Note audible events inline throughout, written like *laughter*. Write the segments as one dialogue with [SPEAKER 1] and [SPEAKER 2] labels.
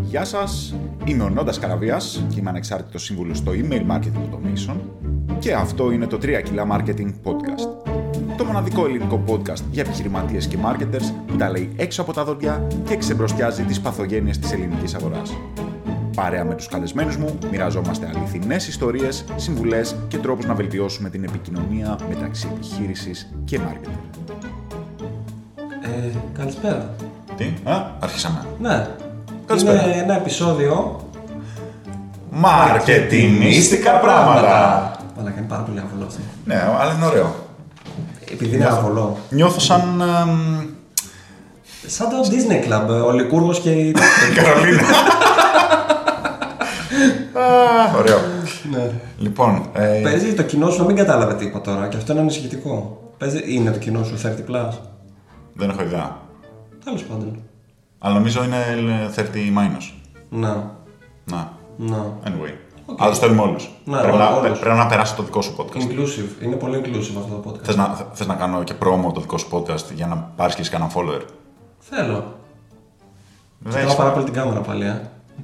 [SPEAKER 1] Γεια σας, είμαι ο Νόντας Καραβίας και είμαι ανεξάρτητος σύμβουλος στο email marketing automation και αυτό είναι το 3 κιλά marketing podcast. Το μοναδικό ελληνικό podcast για επιχειρηματίες και marketers που τα λέει έξω από τα δόντια και ξεμπροστιάζει τις παθογένειες της ελληνικής αγοράς. Παρέα με τους καλεσμένους μου, μοιραζόμαστε αληθινές ιστορίες, συμβουλές και τρόπους να βελτιώσουμε την επικοινωνία μεταξύ επιχείρησης και marketer.
[SPEAKER 2] Ε, καλησπέρα.
[SPEAKER 1] Τι, α, αρχίσαμε.
[SPEAKER 2] Ναι.
[SPEAKER 1] Καλησπέρα.
[SPEAKER 2] Είναι ένα επεισόδιο.
[SPEAKER 1] Μαρκετινίστικα πράγματα.
[SPEAKER 2] Μαλάκα, είναι πάρα πολύ αβολό αυτό.
[SPEAKER 1] Ναι, αλλά είναι ωραίο.
[SPEAKER 2] Επειδή είναι αβολό.
[SPEAKER 1] Νιώθω σαν. εμ,
[SPEAKER 2] Σαν το Disney Club, ο Λικούργος και η.
[SPEAKER 1] την Καρολίνα. Α, Ωραίο.
[SPEAKER 2] ναι.
[SPEAKER 1] Λοιπόν, ε,
[SPEAKER 2] Παίζει το κοινό σου να μην κατάλαβε τίποτα τώρα και αυτό είναι ανησυχητικό. Παίζει, είναι το κοινό σου 30 plus.
[SPEAKER 1] δεν έχω ιδέα.
[SPEAKER 2] Τέλος πάντων.
[SPEAKER 1] Αλλά νομίζω είναι 30 minus.
[SPEAKER 2] Να.
[SPEAKER 1] Να.
[SPEAKER 2] Να.
[SPEAKER 1] Anyway. Αλλά το στέλνουμε όλους.
[SPEAKER 2] Ναι,
[SPEAKER 1] πρέπει, να,
[SPEAKER 2] όλους.
[SPEAKER 1] πρέπει να περάσει το δικό σου podcast.
[SPEAKER 2] Inclusive. Είναι πολύ inclusive αυτό το podcast.
[SPEAKER 1] Θες να, θες να κάνω και promo το δικό σου podcast για να πάρεις και εσύ κανένα follower.
[SPEAKER 2] Θέλω.
[SPEAKER 1] Δεν,
[SPEAKER 2] Θέλω
[SPEAKER 1] έχεις-
[SPEAKER 2] πάρα πολύ την κάμερα πάλι, ε.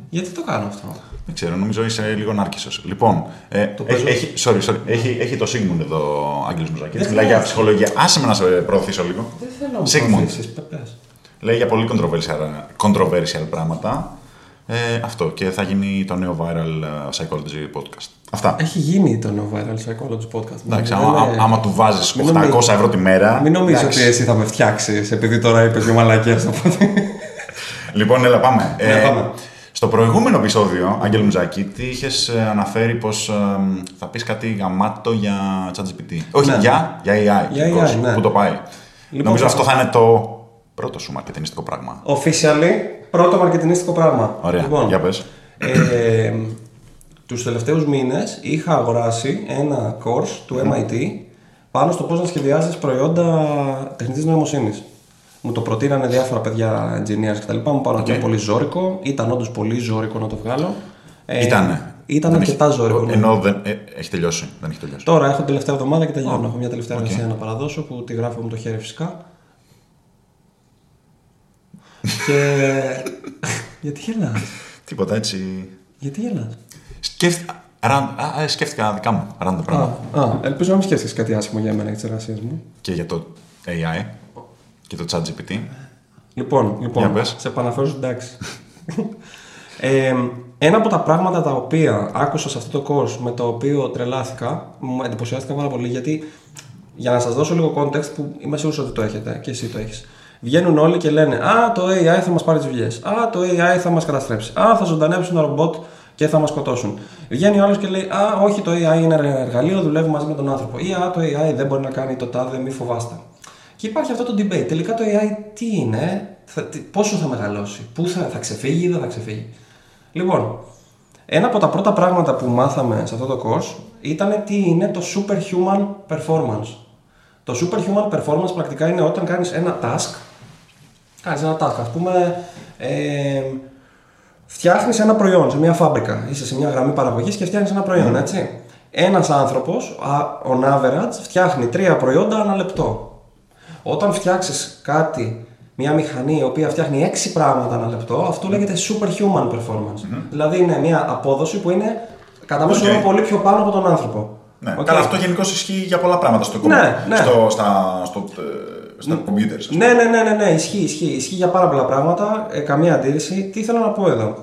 [SPEAKER 2] Γιατί το κάνω αυτό.
[SPEAKER 1] δεν ξέρω, νομίζω είσαι λίγο νάρκισος. Λοιπόν, ε,
[SPEAKER 2] Το
[SPEAKER 1] έχει,
[SPEAKER 2] παίζω-
[SPEAKER 1] έχει, sorry, sorry, έχει, έχει το Sigmund εδώ ο Άγγελος Μουζακίδης.
[SPEAKER 2] Δεν
[SPEAKER 1] Μιλάει για
[SPEAKER 2] χρειάζεται.
[SPEAKER 1] ψυχολογία. Άσε με να σε προωθήσω λίγο.
[SPEAKER 2] Δεν θέλω να μου
[SPEAKER 1] Sigmund.
[SPEAKER 2] προωθήσεις, πε- πες.
[SPEAKER 1] Λέει για πολύ controversial, controversial πράγματα. Ε, αυτό και θα γίνει το νέο viral ε, psychology podcast. Αυτά.
[SPEAKER 2] Έχει γίνει το No Viral Psychology Podcast.
[SPEAKER 1] Εντάξει,
[SPEAKER 2] Ε, Δεν
[SPEAKER 1] άμα,
[SPEAKER 2] είναι-
[SPEAKER 1] άμα- άμα του βάζεις
[SPEAKER 2] Μην
[SPEAKER 1] 800
[SPEAKER 2] νομίζεις-
[SPEAKER 1] ευρώ τη μέρα.
[SPEAKER 2] Μην νομίζω
[SPEAKER 1] εντάξει.
[SPEAKER 2] ότι εσύ θα με φτιάξεις επειδή τώρα είπες δύο μαλακίε.
[SPEAKER 1] Λοιπόν, έλα, πάμε.
[SPEAKER 2] Ναι, πάμε.
[SPEAKER 1] Στο προηγούμενο επεισόδιο, Άγγελο Μουζακίτη, τι είχες αναφέρει πως θα πεις κάτι γαμάτο για ChatGPT. Όχι,
[SPEAKER 2] Ναι.
[SPEAKER 1] για, για AI.
[SPEAKER 2] Για
[SPEAKER 1] γενικώς,
[SPEAKER 2] AI, ναι.
[SPEAKER 1] Πού το πάει.
[SPEAKER 2] Λοιπόν,
[SPEAKER 1] Νομίζω
[SPEAKER 2] θα-
[SPEAKER 1] αυτό θα είναι το πρώτο σου μαρκετινιστικό πράγμα.
[SPEAKER 2] Officially, πρώτο μαρκετινίστικο πράγμα. Λοιπόν,
[SPEAKER 1] Ωραία, για πες.
[SPEAKER 2] Ε, τους τελευταίους μήνες είχα αγοράσει ένα course του MIT πάνω στο πώς να σχεδιάζεις προϊόντα τεχνητής νοημοσύνης. Μου το προτείνανε διάφορα παιδιά engineers κτλ. Μου πάνω
[SPEAKER 1] Οκ.
[SPEAKER 2] okay. πολύ ζώρικο. Ήταν όντως πολύ ζώρικο να το βγάλω. Ε,
[SPEAKER 1] Ήτανε.
[SPEAKER 2] Ήταν
[SPEAKER 1] Δεν
[SPEAKER 2] αρκετά
[SPEAKER 1] έχει-
[SPEAKER 2] ζώρικο. ναι.
[SPEAKER 1] Ενώ δεν, ε, έχει τελειώσει. Δεν έχει τελειώσει.
[SPEAKER 2] Τώρα έχω την τελευταία εβδομάδα και τελειώνω. Έχω μια τελευταία εργασία να παραδώσω που τη γράφω με το χέρι φυσικά. και. *laughs* γιατί γελάς,
[SPEAKER 1] Τίποτα έτσι.
[SPEAKER 2] Γιατί γελάς.
[SPEAKER 1] Σκέφτ... Ραν... Α, ε, σκέφτηκα δικά μου random
[SPEAKER 2] Α,
[SPEAKER 1] πράγματα.
[SPEAKER 2] α, ελπίζω να μην σκέφτεσαι κάτι άσχημο για μένα για τις εργασίες μου.
[SPEAKER 1] Και για το AI και το ChatGPT.
[SPEAKER 2] Λοιπόν,
[SPEAKER 1] Για
[SPEAKER 2] λοιπόν
[SPEAKER 1] πες.
[SPEAKER 2] σε επαναφέρω στην τάξη. ε, ένα από τα πράγματα τα οποία άκουσα σε αυτό το course με το οποίο τρελάθηκα, μου εντυπωσιάστηκα πάρα πολύ γιατί για να σας δώσω λίγο context που είμαι σίγουρος ότι το έχετε και εσύ το έχεις. Βγαίνουν όλοι και λένε «Α, το AI θα μας πάρει τις δουλειές. Α, το AI θα μας καταστρέψει. Α, θα ζωντανέψουν τα ρομπότ και θα μας σκοτώσουν». Βγαίνει ο άλλος και λέει «Α, όχι, το AI είναι ένα εργαλείο, δουλεύει μαζί με τον άνθρωπο». Ή «Α, το AI δεν μπορεί να κάνει το τάδε, μη φοβάστε». Και υπάρχει αυτό το debate. Τελικά το AI τι είναι, θα, τι- πόσο θα μεγαλώσει, πού θα, θα ξεφύγει ή δεν θα ξεφύγει. Λοιπόν, ένα από τα πρώτα πράγματα που μάθαμε σε αυτό το course ήταν τι είναι το superhuman performance. Το superhuman performance πρακτικά είναι όταν κάνεις ένα task, κάνεις ένα task, ας πούμε, ε, φτιάχνεις ένα προϊόν σε μια φάμπρικα. Είσαι σε μια γραμμή παραγωγής και φτιάχνεις ένα προϊόν,
[SPEAKER 1] Ναι.
[SPEAKER 2] έτσι. Ένας άνθρωπος, on average, φτιάχνει τρία προϊόντα ανά λεπτό. Όταν φτιάξεις κάτι, μια μηχανή η οποία φτιάχνει έξι πράγματα ανά λεπτό, αυτό
[SPEAKER 1] Ναι.
[SPEAKER 2] λέγεται superhuman performance. Δηλαδή είναι μια απόδοση που είναι κατά μέσο
[SPEAKER 1] Οκ.
[SPEAKER 2] όρο πολύ πιο πάνω από τον άνθρωπο.
[SPEAKER 1] Ναι.
[SPEAKER 2] Οκ.
[SPEAKER 1] Καλά, αυτό γενικώς ισχύει για πολλά πράγματα στο
[SPEAKER 2] Ναι,
[SPEAKER 1] κομπι-
[SPEAKER 2] ναι.
[SPEAKER 1] Στο, στα, στο, ε, στα computers, ας πούμε.
[SPEAKER 2] Ναι, ναι, ναι, ναι, ναι, ισχύει, ισχύει, ισχύει για πάρα πολλά πράγματα. ε, καμία αντίρρηση. Τι θέλω να πω εδώ.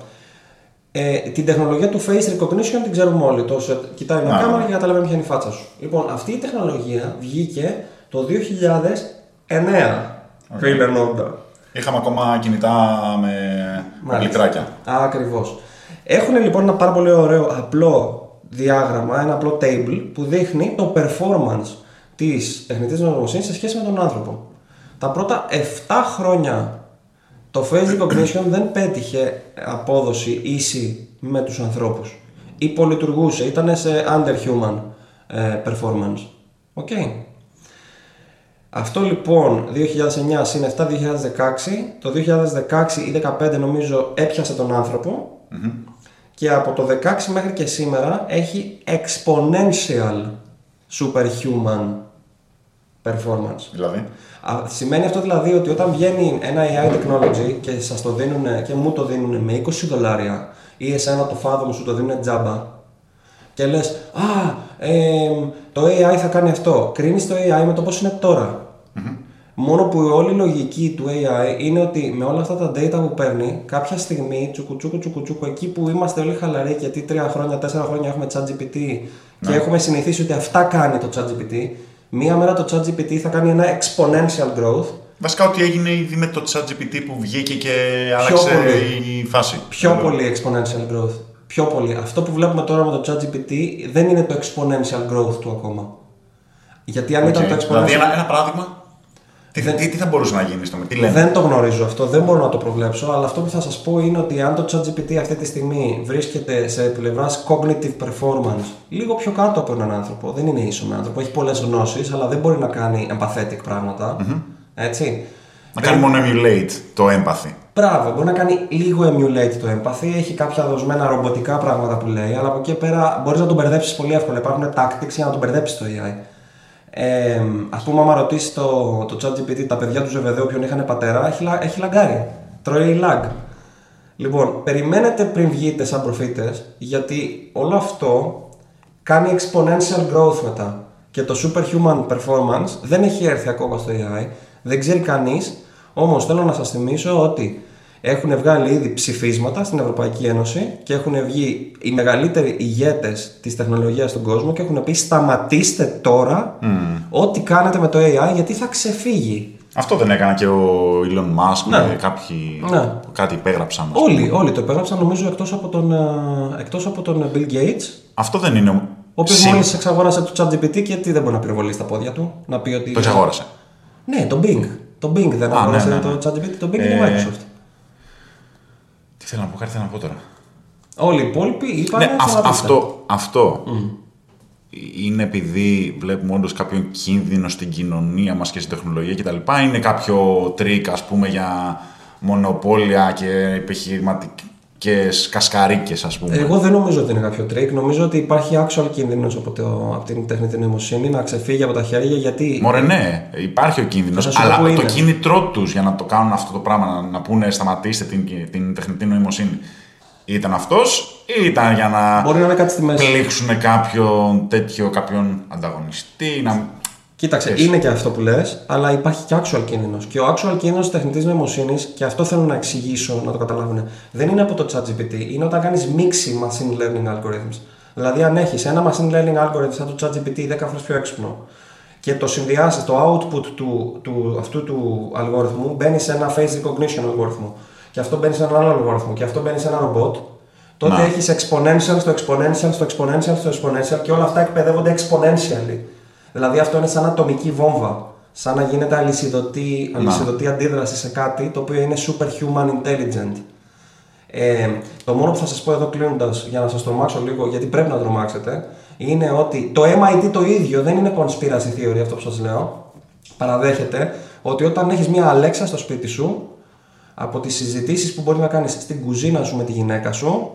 [SPEAKER 2] Ε, την τεχνολογία του face recognition την ξέρουμε όλοι. Το σε- κοιτάει μια
[SPEAKER 1] Ναι,
[SPEAKER 2] κάμερα
[SPEAKER 1] ναι.
[SPEAKER 2] και καταλαβαίνει ποια είναι η φάτσα σου. Λοιπόν, αυτή η τεχνολογία βγήκε το 2009. Φίλε Νόντα.
[SPEAKER 1] Είχαμε ακόμα κινητά με
[SPEAKER 2] Μάλιστα.
[SPEAKER 1] λιτράκια.
[SPEAKER 2] Ακριβώς. Έχουν λοιπόν ένα πάρα πολύ ωραίο απλό διάγραμμα, ένα απλό table που δείχνει το performance της τεχνητής νοημοσύνης σε σχέση με τον άνθρωπο. Τα πρώτα 7 χρόνια το face recognition δεν πέτυχε απόδοση ίση με τους ανθρώπους. Υπολειτουργούσε, ήταν σε underhuman ε, performance. Οκ. Αυτό λοιπόν 2009 συν 7 2016, το 2016 ή 2015 νομίζω έπιασε τον ανθρωπο και από το 16 μέχρι και σήμερα έχει exponential superhuman performance.
[SPEAKER 1] Δηλαδή.
[SPEAKER 2] Α, Σημαίνει αυτό δηλαδή ότι όταν βγαίνει ένα AI technology και σας το δίνουν και μου το δίνουν με 20 δολάρια ή εσένα το φάδο μου σου το δίνουν τζάμπα και λες «Α, εμ, το AI θα κάνει αυτό». Κρίνεις το AI με το πώς είναι τώρα. Μόνο που όλη η λογική του AI είναι ότι με όλα αυτά τα data που παίρνει, κάποια στιγμή τσουκου τσουκου τσουκου τσουκου, εκεί που είμαστε όλοι χαλαροί γιατί τρία χρόνια, τέσσερα χρόνια έχουμε ChatGPT
[SPEAKER 1] Ναι.
[SPEAKER 2] και έχουμε συνηθίσει ότι αυτά κάνει το ChatGPT, μία μέρα το ChatGPT θα κάνει ένα exponential growth
[SPEAKER 1] Βασικά ότι έγινε ήδη με το ChatGPT που βγήκε και άλλαξε
[SPEAKER 2] πολύ.
[SPEAKER 1] η φάση.
[SPEAKER 2] Πιο πολύ exponential growth. Πιο πολύ. Αυτό που βλέπουμε τώρα με το ChatGPT δεν είναι το exponential growth του ακόμα. Γιατί αν
[SPEAKER 1] Οκ.
[SPEAKER 2] ήταν το exponential
[SPEAKER 1] Δηλαδή ένα, ένα παράδειγμα. Τι, τι, τι θα μπορούσε να γίνει στο με, τι λένε.
[SPEAKER 2] δεν το γνωρίζω αυτό, δεν μπορώ να το προβλέψω, αλλά αυτό που θα σας πω είναι ότι αν το ChatGPT αυτή τη στιγμή βρίσκεται σε πλευράς cognitive performance, λίγο πιο κάτω από έναν άνθρωπο, δεν είναι ίσο με άνθρωπο, έχει πολλές γνώσεις, αλλά δεν μπορεί να κάνει empathetic πραγματα έτσι.
[SPEAKER 1] Να κάνει μόνο emulate το empathy.
[SPEAKER 2] Μπράβο, μπορεί να κάνει λίγο emulate το empathy, έχει κάποια δοσμένα ρομποτικά πράγματα που λέει, αλλά από εκεί πέρα μπορείς να τον μπερδέψεις πολύ εύκολα. Υπάρχουν tactics για να τον μπερδέψεις το AI. Ε, Ας πούμε, άμα ρωτήσεις το, το ChatGPT τα παιδιά του Ζεβεδαίου ποιον είχαν πατέρα, έχει, λα- έχει λαγκάρει. Τρώει lag. Λοιπόν, περιμένετε πριν βγείτε σαν προφήτες, γιατί όλο αυτό κάνει exponential growth μετά. Και το superhuman performance δεν έχει έρθει ακόμα στο AI, δεν ξέρει κανείς. Όμως θέλω να σας θυμίσω ότι έχουν βγάλει ήδη ψηφίσματα στην Ευρωπαϊκή Ένωση και έχουν βγει οι μεγαλύτεροι ηγέτες της τεχνολογίας στον κόσμο και έχουν πει: Σταματήστε τώρα ό,τι κάνετε με το AI, γιατί θα ξεφύγει.
[SPEAKER 1] Αυτό δεν έκανα και ο Elon Musk με κάποιοι.
[SPEAKER 2] Ναι.
[SPEAKER 1] Κάτι υπέγραψαν.
[SPEAKER 2] Όλοι, όλοι το υπέγραψαν, νομίζω, εκτός από, τον, ε, εκτός από τον Bill Gates,
[SPEAKER 1] Αυτό δεν είναι. Ο
[SPEAKER 2] Ο οποίος
[SPEAKER 1] Συν-
[SPEAKER 2] μόλις εξαγόρασε το ChatGPT και τι δεν μπορεί να πυροβολήσει τα πόδια του. Να πει ότι.
[SPEAKER 1] Το εξαγόρασε.
[SPEAKER 2] Ναι, το Bing. Το Bing δεν
[SPEAKER 1] Α,
[SPEAKER 2] αγόρασε
[SPEAKER 1] ναι, ναι, ναι.
[SPEAKER 2] το ChatGPT, το Bing
[SPEAKER 1] Ε,
[SPEAKER 2] είναι Microsoft.
[SPEAKER 1] Τι θέλω να πω, κάτι θέλω να πω τώρα.
[SPEAKER 2] Όλοι οι υπόλοιποι είπαν.
[SPEAKER 1] Ναι, αυ-
[SPEAKER 2] «Σταματήστε».
[SPEAKER 1] αυτό, αυτό είναι επειδή βλέπουμε όντως κάποιον κίνδυνο στην κοινωνία μας και στην τεχνολογία κτλ. Είναι κάποιο τρίκ, ας πούμε, για μονοπόλια και επιχειρηματικές κασκαρίκες, ας πούμε.
[SPEAKER 2] Εγώ δεν νομίζω ότι είναι κάποιο τρίκ. Νομίζω ότι υπάρχει actual κίνδυνος από, το- από την τεχνητή νοημοσύνη να ξεφύγει από τα χέρια γιατί.
[SPEAKER 1] Μωρέ, ναι, υπάρχει ο κίνδυνος.
[SPEAKER 2] Θα σου πω
[SPEAKER 1] Αλλά
[SPEAKER 2] είναι.
[SPEAKER 1] το κίνητρό τους για να το κάνουν αυτό το πράγμα, να, να πούνε σταματήστε την, την τεχνητή νοημοσύνη, ήταν αυτός ή ήταν για να
[SPEAKER 2] Μπορεί να είναι κάτι στη μέση.
[SPEAKER 1] πλήξουν κάποιον τέτοιο, κάποιον ανταγωνιστή. Να...
[SPEAKER 2] Κοίταξε,
[SPEAKER 1] Ξέρεις.
[SPEAKER 2] είναι και αυτό που λες, αλλά υπάρχει και actual κίνδυνος. Και ο actual κίνδυνος τη τεχνητής νοημοσύνης, και αυτό θέλω να εξηγήσω να το καταλάβουν, δεν είναι από το ChatGPT, είναι όταν κάνεις μίξη machine learning algorithms. Δηλαδή, αν έχεις ένα machine learning algorithm σαν το ChatGPT 10 φορές πιο έξυπνο και το συνδυάσει, το output του, του, αυτού του αλγόριθμου μπαίνει σε ένα face recognition αλγόριθμο. Και αυτό μπαίνει σε έναν άλλο αλγόριθμο. Και αυτό μπαίνει σε ένα ρομπότ. Τότε
[SPEAKER 1] Να.
[SPEAKER 2] έχεις exponential στο exponential στο exponential στο exponential και όλα αυτά εκπαιδεύονται exponentially. Δηλαδή αυτό είναι σαν ατομική βόμβα. Σαν να γίνεται αλυσιδωτή, αλυσιδωτή αντίδραση σε κάτι το οποίο είναι superhuman intelligent. Ε, το μόνο που θα σας πω εδώ κλείνοντας για να σας τρομάξω λίγο, γιατί πρέπει να τρομάξετε, είναι ότι το MIT το ίδιο δεν είναι conspiracy theory αυτό που σας λέω. Παραδέχεται ότι όταν έχεις μια Alexa στο σπίτι σου, από τις συζητήσεις που μπορεί να κάνεις στην κουζίνα σου με τη γυναίκα σου,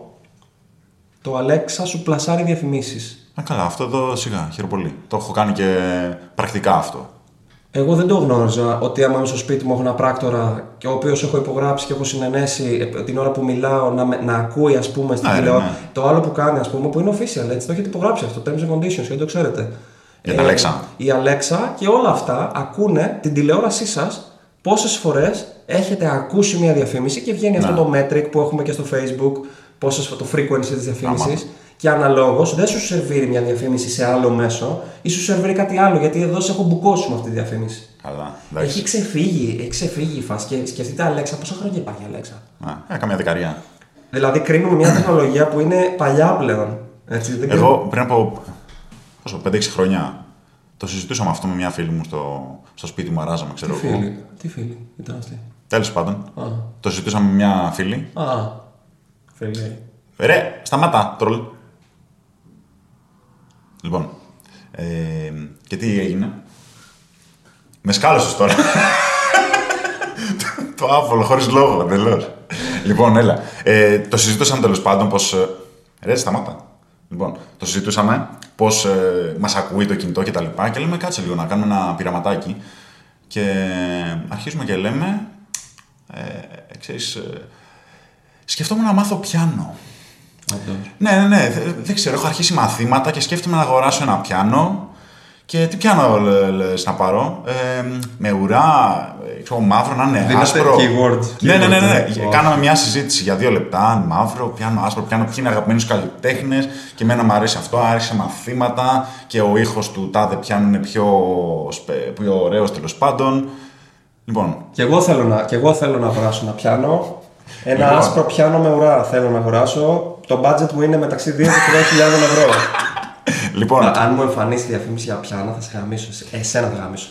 [SPEAKER 2] το Alexa σου πλασάρει διαφημίσεις.
[SPEAKER 1] Α, καλά, αυτό εδώ σιγά, χαίρομαι πολύ. Το έχω κάνει και πρακτικά αυτό.
[SPEAKER 2] Εγώ δεν το γνώριζα ότι άμα είμαι στο σπίτι μου έχω ένα πράκτορα και ο οποίος έχω υπογράψει και έχω συνενέσει ε, την ώρα που μιλάω να, με- να ακούει, ας πούμε, στην
[SPEAKER 1] Ναι, ρε,
[SPEAKER 2] τηλεό-
[SPEAKER 1] ναι.
[SPEAKER 2] Το άλλο που κάνει, ας πούμε, που είναι official, έτσι, το έχετε υπογράψει αυτό, terms and conditions, και δεν το ξέρετε.
[SPEAKER 1] Για την Alexa.
[SPEAKER 2] Ε, Η Alexa και όλα αυτά ακούνε την τηλεόρασή σας πόσες φορές έχετε ακούσει μια διαφήμιση και βγαίνει αυτό το
[SPEAKER 1] Ναι.
[SPEAKER 2] metric που έχουμε και στο Facebook, πόσες, το frequency της διαφήμισης. Και αναλόγως δεν σου σερβίρει μια διαφήμιση σε άλλο μέσο ή σου σερβίρει κάτι άλλο, γιατί εδώ σε έχω μπουκώσει με αυτή τη διαφήμιση.
[SPEAKER 1] Καλά,
[SPEAKER 2] Έχει
[SPEAKER 1] εντάξει.
[SPEAKER 2] ξεφύγει, έχει ξεφύγει η φάση. Και σκεφτείτε, Αλέξα, πόσα χρόνια υπάρχει η Αλέξα.
[SPEAKER 1] Α, ε, καμιά δεκαριά.
[SPEAKER 2] Δηλαδή, κρίνουμε μια τεχνολογία που είναι παλιά πλέον. Έτσι, δεν κρίνουμε-
[SPEAKER 1] Εγώ πριν από πόσο, 5-6 χρόνια το συζητούσαμε αυτό με μια φίλη μου στο, στο σπίτι μου, αράζαμε, ξέρω
[SPEAKER 2] Τι
[SPEAKER 1] εγώ.
[SPEAKER 2] φίλη, τι φίλη ήταν αυτή.
[SPEAKER 1] Τέλος πάντων,
[SPEAKER 2] Α.
[SPEAKER 1] το συζητούσαμε με μια φίλη.
[SPEAKER 2] Α. Φίλη.
[SPEAKER 1] Ρε, σταμάτα, τρολ. Λοιπόν, ε, και τι έγινε. Με σκάλωσες τώρα. *laughs* το άβολο, χωρίς λόγο, εντελώς. λοιπόν, έλα. Ε, το συζητούσαμε τέλος πάντων πως... ε, Ρε, σταμάτα. Λοιπόν, το συζητούσαμε πώ ε, μας ακούει το κινητό κτλ. Και, τα λοιπά, και λέμε κάτσε λίγο να κάνουμε ένα πειραματάκι. Και αρχίζουμε και λέμε. Ε, ξέρεις, ε, σκεφτόμουν να μάθω πιάνο.
[SPEAKER 2] Όντως.
[SPEAKER 1] Ναι, ναι, ναι. δε- Δεν ξέρω. Έχω αρχίσει μαθήματα και σκέφτομαι να αγοράσω ένα πιάνο. Και τι πιάνο λε- λες να πάρω. Ε, με ουρά, ε, ξέρω, μαύρο να είναι
[SPEAKER 2] Δίνετε
[SPEAKER 1] άσπρο.
[SPEAKER 2] keywords,
[SPEAKER 1] ναι, ναι, ναι. ναι, ναι.
[SPEAKER 2] keywords.
[SPEAKER 1] Κάναμε μια συζήτηση για δύο λεπτά. αν Μαύρο, πιάνο, άσπρο, πιάνο. Ποιοι είναι αγαπημένοι σου καλλιτέχνες. Και εμένα μου αρέσει αυτό. Άρχισε μαθήματα. Και ο ήχος του τάδε πιάνου είναι πιο, σπε- πιο ωραίος τέλος πάντων. Λοιπόν,
[SPEAKER 2] Και εγώ θέλω να, και εγώ θέλω να αγοράσω ένα πιάνο. Ένα
[SPEAKER 1] Λοιπόν.
[SPEAKER 2] άσπρο πιάνο με ουρά θέλω να αγοράσω. Το budget μου είναι μεταξύ 2 και 3.000 ευρώ.
[SPEAKER 1] λοιπόν
[SPEAKER 2] Α, Αν μου εμφανίσει διαφήμιση για πιάνο, θα σε γαμίσω. σε- Εσένα θα γαμίσω.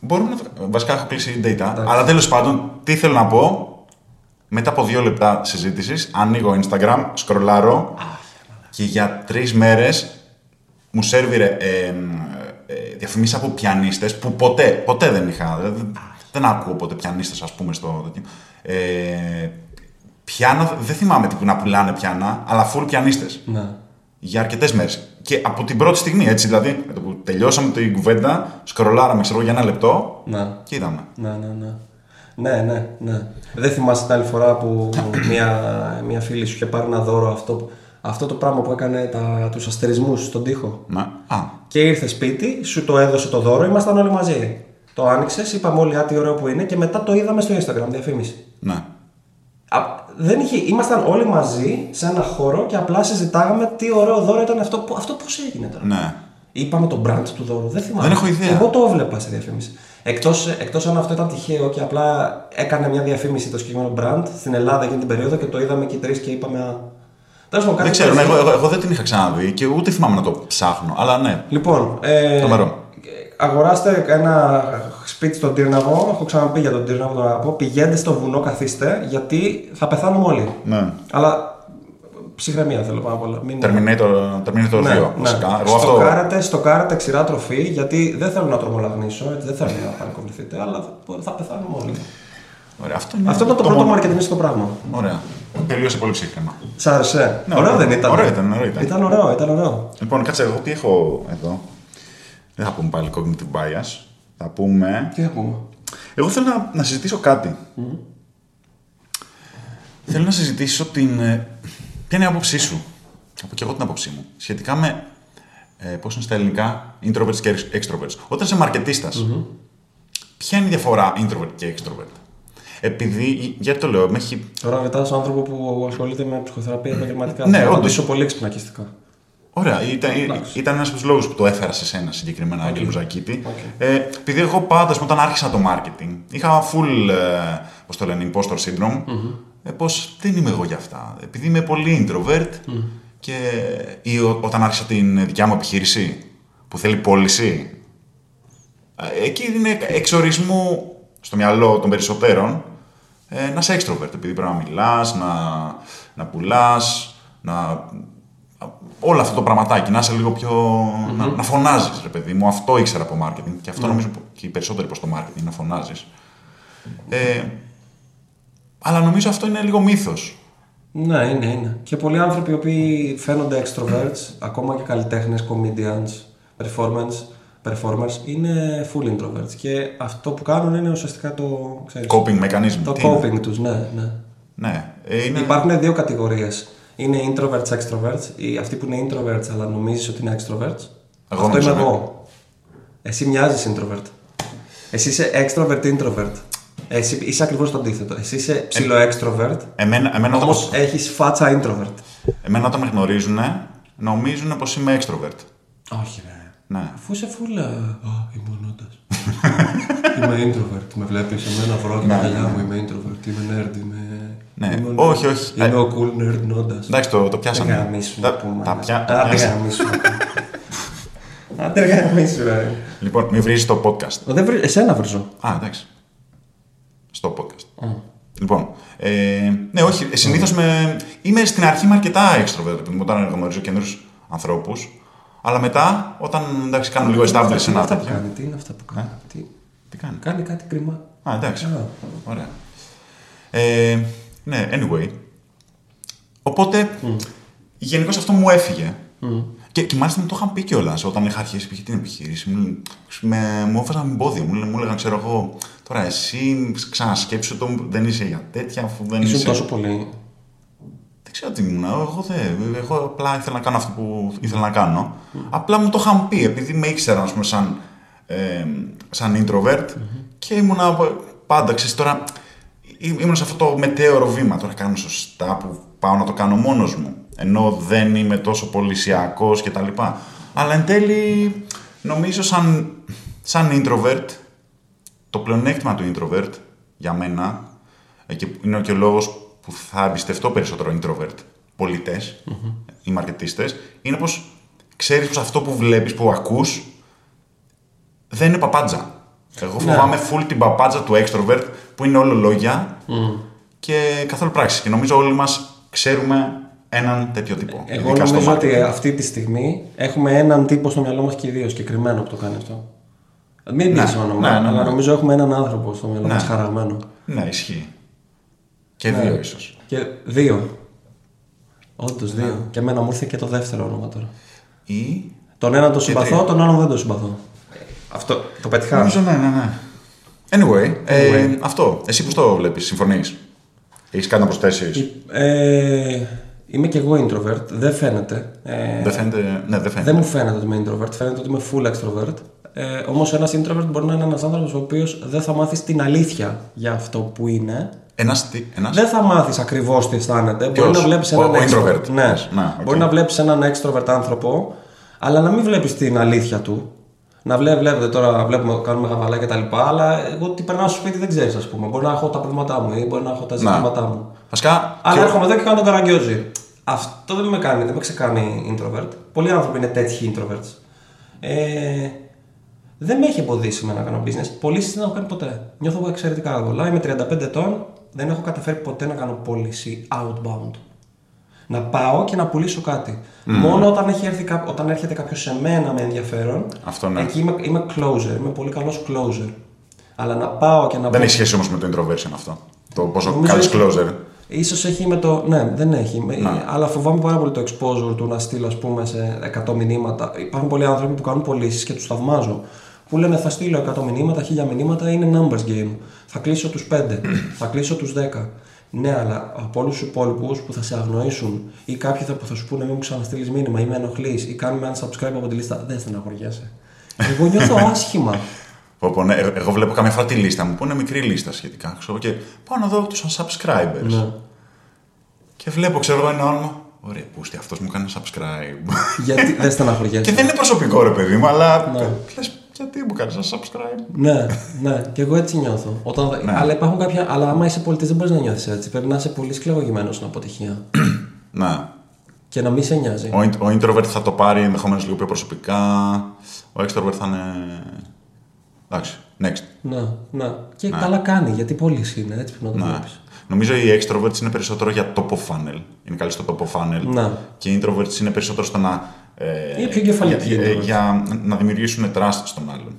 [SPEAKER 1] Μπορούμε να. το- Βασικά έχω κλείσει data. Αλλά τέλος πάντων, τι θέλω να πω. Μετά από δύο λεπτά συζήτησης, ανοίγω Instagram, σκρολάρω και για τρεις μέρες μου σερβιρε ε, ε, διαφημίσει από πιανίστες που ποτέ, ποτέ δεν είχα. δε- δε- Δεν ακούω ποτέ πιανίστες, ας πούμε, στο τέτοιο. Ε, πιάνα, δεν θυμάμαι τι που να πουλάνε πιάνα, αλλά full πιανίστες
[SPEAKER 2] Ναι.
[SPEAKER 1] για αρκετές μέρες. Και από την πρώτη στιγμή, έτσι δηλαδή, με το που τελειώσαμε την κουβέντα, σκρολάραμε ξέρω, εγώ, για ένα λεπτό
[SPEAKER 2] Ναι.
[SPEAKER 1] και είδαμε.
[SPEAKER 2] Ναι, ναι, ναι. Ναι, ναι, ναι. Δεν θυμάσαι την άλλη φορά που μια, μια φίλη σου είχε πάρει ένα δώρο αυτό, αυτό το πράγμα που έκανε τα, τους αστερισμούς στον τοίχο.
[SPEAKER 1] Να. Α,
[SPEAKER 2] Και ήρθε σπίτι, σου το έδωσε το δώρο, ήμασταν όλοι μαζί. Το άνοιξες, είπαμε όλοι «Α, τι ωραίο που είναι και μετά το είδαμε στο Instagram διαφήμιση.
[SPEAKER 1] ναι.
[SPEAKER 2] Α, δεν είχε, ήμασταν όλοι μαζί σε ένα χώρο και απλά συζητάγαμε τι ωραίο δώρο ήταν αυτό. που- Αυτό πώς έγινε τώρα.
[SPEAKER 1] Ναι.
[SPEAKER 2] Είπαμε το brand του δώρου, δεν θυμάμαι.
[SPEAKER 1] Δεν έχω ιδέα.
[SPEAKER 2] Εγώ το έβλεπα στη διαφήμιση. Εκτός εκτός αν αυτό ήταν τυχαίο και απλά έκανε μια διαφήμιση το συγκεκριμένο brand στην Ελλάδα εκείνη την περίοδο και το είδαμε και οι τρεις και είπαμε. «Α». Τέλος πάντων, κάτι
[SPEAKER 1] Δεν ξέρω, ναι,
[SPEAKER 2] τέτοιο.
[SPEAKER 1] εγώ, εγώ, εγώ δεν την είχα ξαναδεί και ούτε θυμάμαι να το ψάχνω. Αλλά ναι.
[SPEAKER 2] Λοιπόν, ε,
[SPEAKER 1] Τρομερό.
[SPEAKER 2] αγοράστε ένα σπίτι στον Τύρναβο. Έχω ξαναπεί για τον Τύρναβο, τώρα να πω. Πηγαίνετε στο βουνό, καθίστε, γιατί θα πεθάνουμε όλοι.
[SPEAKER 1] ναι.
[SPEAKER 2] Αλλά ψυχραιμία θέλω πάνω απ' όλα. Μην... Ναι,
[SPEAKER 1] Terminator, Terminator 2, βασικά. Εγώ αυτό.
[SPEAKER 2] Στοκάρετε, στοκάρετε ξηρά τροφή, γιατί δεν θέλω να τρομολαγνήσω, έτσι, δεν θέλω να πανικοβληθείτε, αλλά θα- θα πεθάνουμε όλοι.
[SPEAKER 1] Ωραία, αυτό είναι
[SPEAKER 2] Αυτό ήταν το πρώτο
[SPEAKER 1] μόνο-
[SPEAKER 2] μαρκετινίστικο πράγμα.
[SPEAKER 1] Ωραία. Τελείωσε πολύ ψύχρεμα.
[SPEAKER 2] Σ' άρεσε.
[SPEAKER 1] Ναι,
[SPEAKER 2] ωραίο
[SPEAKER 1] ωραίο.
[SPEAKER 2] δεν ήταν.
[SPEAKER 1] Ωραίο ήταν, ωραίο ήταν.
[SPEAKER 2] Ήταν ωραίο, ήταν ωραίο.
[SPEAKER 1] Λοιπόν, κάτσε εγώ τι έχω εδώ. Δεν θα πούμε πάλι cognitive bias. Θα πούμε.
[SPEAKER 2] Τι θα πούμε.
[SPEAKER 1] Εγώ θέλω να, να συζητήσω κάτι. Θέλω να συζητήσω την. ε, Ποια είναι η άποψή σου. Από και εγώ την άποψή μου. Σχετικά με. Ε, Πώς είναι στα ελληνικά, introverts και extroverts. Όταν είσαι μαρκετίστας, ποια είναι η διαφορά introvert και extrovert. Επειδή. Γιατί το λέω, με έχει.
[SPEAKER 2] Τώρα ρωτά έναν άνθρωπο που ασχολείται με ψυχοθεραπεία επαγγελματικά.
[SPEAKER 1] Ναι,
[SPEAKER 2] Θα
[SPEAKER 1] όντως.
[SPEAKER 2] απαντήσω πολύ εξυπνακιστικά.
[SPEAKER 1] Ωραία, ήταν, ήταν ένας από τους λόγους που το έφερα σε σένα συγκεκριμένα, Άγγελο Ζακίτη. Ε, επειδή εγώ πάντα, ας πούμε, όταν άρχισα το marketing, είχα full, ε, πώς το λένε, imposter syndrome. Ε, πως δεν είμαι εγώ για αυτά. Επειδή είμαι πολύ introvert και ε, ή ό- όταν άρχισα την δικιά μου επιχείρηση που θέλει πώληση, ε, εκεί είναι εξορισμού στο μυαλό των περισσότερων ε, να είσαι extrovert, επειδή πρέπει να μιλάς, να, να πουλάς, να όλο αυτό το πραγματάκι, να είσαι λίγο πιο. να, να φωνάζεις, ρε παιδί μου. Αυτό ήξερα από marketing και
[SPEAKER 2] Ναι.
[SPEAKER 1] αυτό νομίζω που- και οι περισσότεροι προς το marketing, να φωνάζεις. Ε, αλλά νομίζω αυτό είναι λίγο μύθος.
[SPEAKER 2] Ναι, είναι, είναι. Και πολλοί άνθρωποι οι οποίοι φαίνονται extroverts, ακόμα και καλλιτέχνες, comedians, performance, performers, είναι full introverts. Και αυτό που κάνουν είναι ουσιαστικά το. Ξέρεις,
[SPEAKER 1] Coping mechanism.
[SPEAKER 2] το
[SPEAKER 1] τι είναι.
[SPEAKER 2] coping τους, ναι, ναι.
[SPEAKER 1] Ναι, ε, είναι.
[SPEAKER 2] Υπάρχουν δύο κατηγορίες. Είναι introverts, extroverts. Οι, αυτοί που είναι introverts αλλά νομίζεις ότι είναι extroverts.
[SPEAKER 1] Εγώ
[SPEAKER 2] Αυτό
[SPEAKER 1] νομίζω,
[SPEAKER 2] είμαι
[SPEAKER 1] ναι.
[SPEAKER 2] εγώ. Εσύ μοιάζεις introvert. Εσύ είσαι extrovert introvert. Εσύ είσαι ακριβώς το αντίθετο. Εσύ
[SPEAKER 1] Ε,
[SPEAKER 2] είσαι ψηλό extrovert.
[SPEAKER 1] Εμένα, εμένα,
[SPEAKER 2] Όμως
[SPEAKER 1] όταν,
[SPEAKER 2] έχεις φάτσα introvert.
[SPEAKER 1] εμένα όταν με γνωρίζουν, νομίζουν πως είμαι extrovert.
[SPEAKER 2] Όχι, ρε.
[SPEAKER 1] Ναι.
[SPEAKER 2] Αφού είσαι φούλα. Α, είμαι ονότα. *laughs* είμαι introvert. Με βλέπεις εμένα βρω και τα γυαλιά μου. Είμαι introvert. Είμαι nerd. Είμαι.
[SPEAKER 1] Ναι.
[SPEAKER 2] είμαι ο nerd.
[SPEAKER 1] Όχι, όχι. Ε,
[SPEAKER 2] Είμαι ο cool nerd νόντας.
[SPEAKER 1] Εντάξει, το, το πιάσαμε.
[SPEAKER 2] Άντε γαμίσου,
[SPEAKER 1] Τα-
[SPEAKER 2] να πούμε.
[SPEAKER 1] τα πια- τα
[SPEAKER 2] Άντε
[SPEAKER 1] πιάσαμε.
[SPEAKER 2] *laughs* γαμίσου. Άντε γαμίσου, ρε.
[SPEAKER 1] Λοιπόν, μην βρίζεις το podcast.
[SPEAKER 2] Δεν βρει, εσένα βρίζω.
[SPEAKER 1] Α, εντάξει. Στο podcast. Λοιπόν, ε, ναι, όχι, συνήθω με. είμαι στην αρχή είμαι αρκετά extrovert, επειδή όταν γνωρίζω καινούριους ανθρώπους. Αλλά μετά, όταν εντάξει, κάνω λίγο establish
[SPEAKER 2] είναι
[SPEAKER 1] ένα
[SPEAKER 2] αυτά που
[SPEAKER 1] τέτοιο.
[SPEAKER 2] κάνει, τι είναι αυτά που
[SPEAKER 1] Ε.
[SPEAKER 2] κάνει. Τι...
[SPEAKER 1] Τι κάνει.
[SPEAKER 2] Κάνει κάτι κρίμα.
[SPEAKER 1] Α, εντάξει.
[SPEAKER 2] Α.
[SPEAKER 1] Ωραία. Ε, ναι, anyway. Οπότε, γενικώς αυτό μου έφυγε. Και, και μάλιστα μου το είχαν πει κιόλας όταν είχα αρχίσει π.χ. την επιχείρηση. Μου, με, μου έφεραν εμπόδιο. Μου, λέ- μου έλεγαν, ξέρω εγώ, τώρα εσύ ξανασκέψου το, δεν είσαι για τέτοια, αφού δεν
[SPEAKER 2] Ήσουν
[SPEAKER 1] είσαι.
[SPEAKER 2] τόσο πολύ.
[SPEAKER 1] Δεν ξέρω τι ήμουν. Εγώ, δεν. εγώ απλά ήθελα να κάνω αυτό που ήθελα να κάνω. Απλά μου το είχαν πει, επειδή με ήξεραν ας πούμε, σαν, ε, σαν introvert και ήμουν πάντα, ξέρεις, τώρα ή- ήμουν σε αυτό το μετέωρο βήμα. Τώρα κάνω σωστά που πάω να το κάνω μόνος μου. Ενώ δεν είμαι τόσο πολυσιακός κτλ. Αλλά εν τέλει, νομίζω σαν, σαν introvert, το πλεονέκτημα του introvert για μένα ε, και είναι και ο λόγος που θα εμπιστευτώ περισσότερο introvert πολιτες ή μαρκετίστες είναι πως ξέρεις πως αυτό που βλέπεις, που ακούς δεν είναι παπάντζα. Εγώ
[SPEAKER 2] Ναι.
[SPEAKER 1] φοβάμαι full την παπάντζα του extrovert που είναι όλο λόγια και καθόλου πράξη. Και νομίζω όλοι μας ξέρουμε έναν τέτοιο τύπο.
[SPEAKER 2] Ε, Εγώ
[SPEAKER 1] ειδικά στο
[SPEAKER 2] νομίζω
[SPEAKER 1] marketing.
[SPEAKER 2] ότι αυτή τη στιγμή έχουμε έναν τύπο στο μυαλό μας και δύο συγκεκριμένο που το κάνει αυτό. Μην πεις όνομα,
[SPEAKER 1] ναι, ναι,
[SPEAKER 2] αλλά
[SPEAKER 1] ναι.
[SPEAKER 2] νομίζω έχουμε έναν άνθρωπο στο μυαλό
[SPEAKER 1] Ναι.
[SPEAKER 2] μα χαραγμένο.
[SPEAKER 1] Ναι, ισχύει. Και
[SPEAKER 2] Ναι.
[SPEAKER 1] δύο ίσως.
[SPEAKER 2] Και δύο. Ναι. Όντως δύο. Και εμένα μου ήρθε και το δεύτερο όνομα τώρα.
[SPEAKER 1] Ή...
[SPEAKER 2] Τον έναν τον συμπαθώ,
[SPEAKER 1] τρία.
[SPEAKER 2] τον άλλον δεν τον συμπαθώ. Αυτό το πετυχά.
[SPEAKER 1] Νομίζω ναι, ναι, ναι. Anyway, ε,
[SPEAKER 2] Anyway.
[SPEAKER 1] αυτό. Εσύ πώς το βλέπεις, συμφωνείς. Έχεις κάτι να προσθέσεις.
[SPEAKER 2] Ε, είμαι και εγώ introvert, δεν φαίνεται. Ε,
[SPEAKER 1] Δεν φαίνεται. Ναι, δεν φαίνεται.
[SPEAKER 2] δεν μου φαίνεται ότι είμαι introvert, φαίνεται ότι είμαι full extrovert. Ε, Όμως ένας introvert μπορεί να είναι ένας άνθρωπος ο οποίος δεν θα μάθεις την αλήθεια για αυτό που είναι.
[SPEAKER 1] Ένας τι, ένας...
[SPEAKER 2] Δεν θα μάθεις ακριβώς τι αισθάνεται. Μπορεί
[SPEAKER 1] Ποιος?
[SPEAKER 2] να βλέπεις
[SPEAKER 1] Ο- ο
[SPEAKER 2] έναν extrovert.
[SPEAKER 1] introvert.
[SPEAKER 2] Ναι.
[SPEAKER 1] Να, οκ.
[SPEAKER 2] Μπορεί να βλέπεις έναν extrovert άνθρωπο, αλλά να μην βλέπεις την αλήθεια του. Να βλέ, βλέπετε τώρα, βλέπουμε, κάνουμε γαβαλά και τα λοιπά, αλλά εγώ τι περνάω στο σπίτι δεν ξέρεις, ας πούμε. Μπορεί να έχω τα προβλήματά μου ή μπορεί να έχω τα
[SPEAKER 1] Να.
[SPEAKER 2] ζητήματά μου.
[SPEAKER 1] Βασικά,
[SPEAKER 2] Αλλά
[SPEAKER 1] πιο-
[SPEAKER 2] έρχομαι εδώ και κάνω τον καραγκιόζη. Αυτό δεν με κάνει, δεν με ξεκάνει introvert. Πολλοί άνθρωποι είναι τέτοιοι introverts. Ε, δεν με έχει εμποδίσει με να κάνω business. Πωλήσει δεν έχω κάνει ποτέ. Νιώθω εξαιρετικά καλά. Είμαι 35 ετών, δεν έχω καταφέρει ποτέ να κάνω πώληση outbound. Να πάω και να πουλήσω κάτι. Μόνο όταν, έχει έρθει, κά- όταν έρχεται κάποιος σε μένα με ενδιαφέρον,
[SPEAKER 1] Αυτό ναι.
[SPEAKER 2] εκεί είμαι, είμαι closer. Είμαι πολύ καλός closer. Αλλά να πάω και να
[SPEAKER 1] δεν
[SPEAKER 2] πω-
[SPEAKER 1] έχει σχέση όμως με το introversion αυτό. Το πόσο
[SPEAKER 2] Νομίζω
[SPEAKER 1] κάνεις
[SPEAKER 2] έχει-
[SPEAKER 1] closer.
[SPEAKER 2] Ίσως έχει με το. Ναι, δεν έχει. Με- Αλλά φοβάμαι πάρα πολύ το exposure του να στείλω, ας πούμε, σε 100 μηνύματα. Υπάρχουν πολλοί άνθρωποι που κάνουν πωλήσεις και τους θαυμάζω. Που λένε θα στείλω 100 μηνύματα, 1000 μηνύματα, είναι numbers game. Θα κλείσω τους 5, θα κλείσω τους 10. Ναι, αλλά από όλους τους υπόλοιπους που θα σε αγνοήσουν ή κάποιοι θα, που θα σου πούνε μην μου ξαναστείλεις μήνυμα ή με ενοχλείς ή κάνουμε ένα subscribe από τη λίστα, δεν στεναχωριέσαι. Εγώ νιώθω άσχημα.
[SPEAKER 1] Πω, πω, ναι, ε- εγώ βλέπω καμιά φορά τη λίστα μου που είναι μικρή λίστα σχετικά. Ξέρω, και πάω να δω τους subscribers.
[SPEAKER 2] Ναι.
[SPEAKER 1] Και βλέπω, ξέρω εγώ ένα όνομα. Ωραία, πούστη, αυτός μου κάνει
[SPEAKER 2] *laughs*
[SPEAKER 1] subscribe.
[SPEAKER 2] Γιατί δεν στεναχωριέσαι.
[SPEAKER 1] και δεν είναι προσωπικό ρε παιδί μου, αλλά.
[SPEAKER 2] Ναι.
[SPEAKER 1] λες, γιατί μου κάνεις subscribe.
[SPEAKER 2] Ναι, ναι, και εγώ έτσι νιώθω. Όταν...
[SPEAKER 1] Ναι.
[SPEAKER 2] Αλλά υπάρχουν κάποια. Αλλά άμα είσαι πολιτής, δεν μπορείς να νιώθεις έτσι. Πρέπει να είσαι πολύ σκλαβωγημένο στην αποτυχία.
[SPEAKER 1] Ναι.
[SPEAKER 2] και να μην σε νοιάζει.
[SPEAKER 1] Ο, in- ο introvert θα το πάρει ενδεχομένως λίγο πιο προσωπικά. Ο extrovert θα είναι. Εντάξει, next.
[SPEAKER 2] Ναι, ναι. Και καλά κάνει, γιατί πώληση είναι, έτσι πρέπει να το
[SPEAKER 1] Ναι.
[SPEAKER 2] βλέπεις.
[SPEAKER 1] Νομίζω οι extroverts είναι περισσότερο για top of funnel. Είναι καλή στο top of funnel.
[SPEAKER 2] Ναι.
[SPEAKER 1] Και οι introverts είναι περισσότερο στο να. ε,
[SPEAKER 2] Είναι πιο κεφαλικοί
[SPEAKER 1] για,
[SPEAKER 2] introverts.
[SPEAKER 1] για να δημιουργήσουν trust στον άλλον.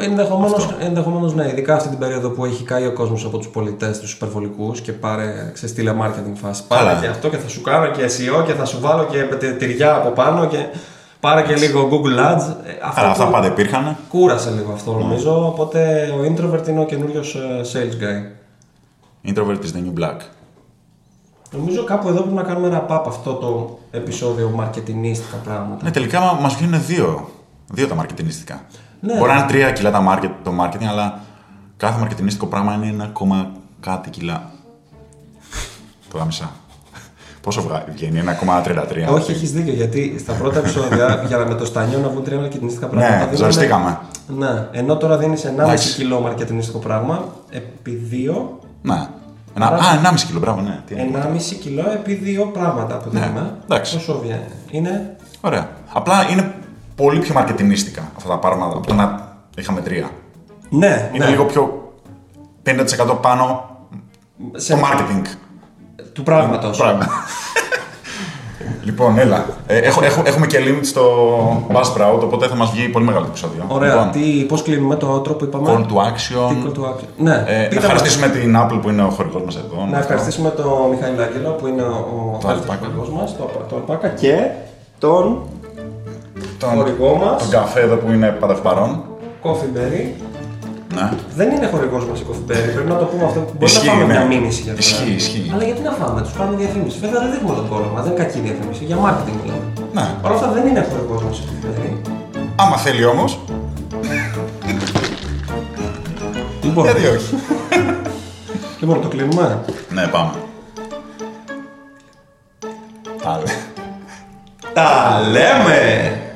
[SPEAKER 2] Ενδεχομένως, ενδεχομένως ναι, ειδικά αυτή την περίοδο που έχει καεί ο κόσμος από τους πολιτές, τους υπερβολικούς και πάρε σε στήλε marketing φάση. Πάρε
[SPEAKER 1] Καλά.
[SPEAKER 2] και αυτό και θα σου κάνω και SEO και θα σου βάλω και τε- τυριά από πάνω και πάρε και λίγο Google Ads. Ε, αυτό
[SPEAKER 1] Αλλά
[SPEAKER 2] που-
[SPEAKER 1] αυτά πάντα υπήρχαν.
[SPEAKER 2] Κούρασε λίγο αυτό
[SPEAKER 1] Ναι.
[SPEAKER 2] νομίζω, οπότε ο introvert είναι ο καινούριος sales guy.
[SPEAKER 1] Introvert is the new black.
[SPEAKER 2] Νομίζω κάπου εδώ πρέπει να κάνουμε ένα pop αυτό το επεισόδιο μαρκετινίστικα πράγματα.
[SPEAKER 1] Ναι, τελικά μα μας βγαίνουν δύο. Δύο τα μαρκετινιστικά.
[SPEAKER 2] Ναι.
[SPEAKER 1] Μπορεί να είναι τρία κιλά τα market, το marketing, αλλά κάθε μαρκετινιστικό πράγμα είναι ένα κόμμα κάτι κιλά. το άμεσα. Πόσο βγα- βγαίνει, 1,33.
[SPEAKER 2] Όχι, έχεις δίκιο γιατί στα πρώτα
[SPEAKER 1] *laughs*
[SPEAKER 2] επεισόδια για να με το στανιό να βγουν τρία μαρκετινίστικα πράγματα.
[SPEAKER 1] Ναι,
[SPEAKER 2] δίνανε-
[SPEAKER 1] ζαριστήκαμε.
[SPEAKER 2] Ναι, ενώ τώρα δίνεις 1,5
[SPEAKER 1] Εντάξει.
[SPEAKER 2] κιλό μαρκετινίστικο πράγμα επί 2.
[SPEAKER 1] Ναι. Ένα, α, 1,5 κιλό, μπράβο, ναι. Τι είναι.
[SPEAKER 2] 1,5 κιλό επί 2 πράγματα που δίνουμε.
[SPEAKER 1] Ναι, εντάξει.
[SPEAKER 2] Πόσο βγαίνει. Είναι.
[SPEAKER 1] Ωραία. Απλά είναι πολύ πιο μαρκετινιστικά αυτά τα πράγματα από το να είχαμε τρία.
[SPEAKER 2] Ναι,
[SPEAKER 1] Είναι
[SPEAKER 2] ναι.
[SPEAKER 1] λίγο πιο 50% πάνω
[SPEAKER 2] Σε...
[SPEAKER 1] το marketing.
[SPEAKER 2] Του πράγματος.
[SPEAKER 1] Πράγμα. *laughs* λοιπόν, έλα. Ε, έχω, έχω, έχουμε και limit στο Buzzsprout, οπότε θα μας βγει πολύ μεγάλο το επεισόδιο.
[SPEAKER 2] Ωραία.
[SPEAKER 1] Λοιπόν,
[SPEAKER 2] Τι, πώς κλείνουμε το outro που είπαμε.
[SPEAKER 1] Call to action.
[SPEAKER 2] Τι call to action. Ναι,
[SPEAKER 1] Ε,
[SPEAKER 2] πείτε
[SPEAKER 1] να
[SPEAKER 2] μας.
[SPEAKER 1] ευχαριστήσουμε την Apple που είναι ο χορηγός μας εδώ.
[SPEAKER 2] Να ευχαριστήσουμε τον Μιχαήλ Άγγελο που είναι ο
[SPEAKER 1] Το
[SPEAKER 2] αγαπητός
[SPEAKER 1] Αλπάκα.
[SPEAKER 2] μας, το, το Αλπάκα και τον χορηγό μας,
[SPEAKER 1] Τον καφέ εδώ που είναι πάντα παρόν.
[SPEAKER 2] Coffee Berry.
[SPEAKER 1] Ναι.
[SPEAKER 2] Δεν είναι χορηγός μας η Coffee Berry. Πρέπει να το πούμε αυτό. Μπορεί
[SPEAKER 1] Ισχύει,
[SPEAKER 2] να φάμε
[SPEAKER 1] ναι.
[SPEAKER 2] μια μήνυση για αυτό.
[SPEAKER 1] Ισχύει, ισχύει.
[SPEAKER 2] Αλλά γιατί να φάμε, τους κάνουμε διαφήμιση. Βέβαια δεν δείχνουμε το πρόγραμμα, δεν είναι κακή διαφήμιση. Για marketing λέμε.
[SPEAKER 1] Ναι.
[SPEAKER 2] Όλα αυτά δεν είναι χορηγός μας η Coffee Berry.
[SPEAKER 1] Άμα θέλει όμως.
[SPEAKER 2] Λοιπόν,
[SPEAKER 1] Γιατί όχι.
[SPEAKER 2] λοιπόν, το κλείνουμε.
[SPEAKER 1] ναι, πάμε. Τα λέ-
[SPEAKER 2] Τα λέμε!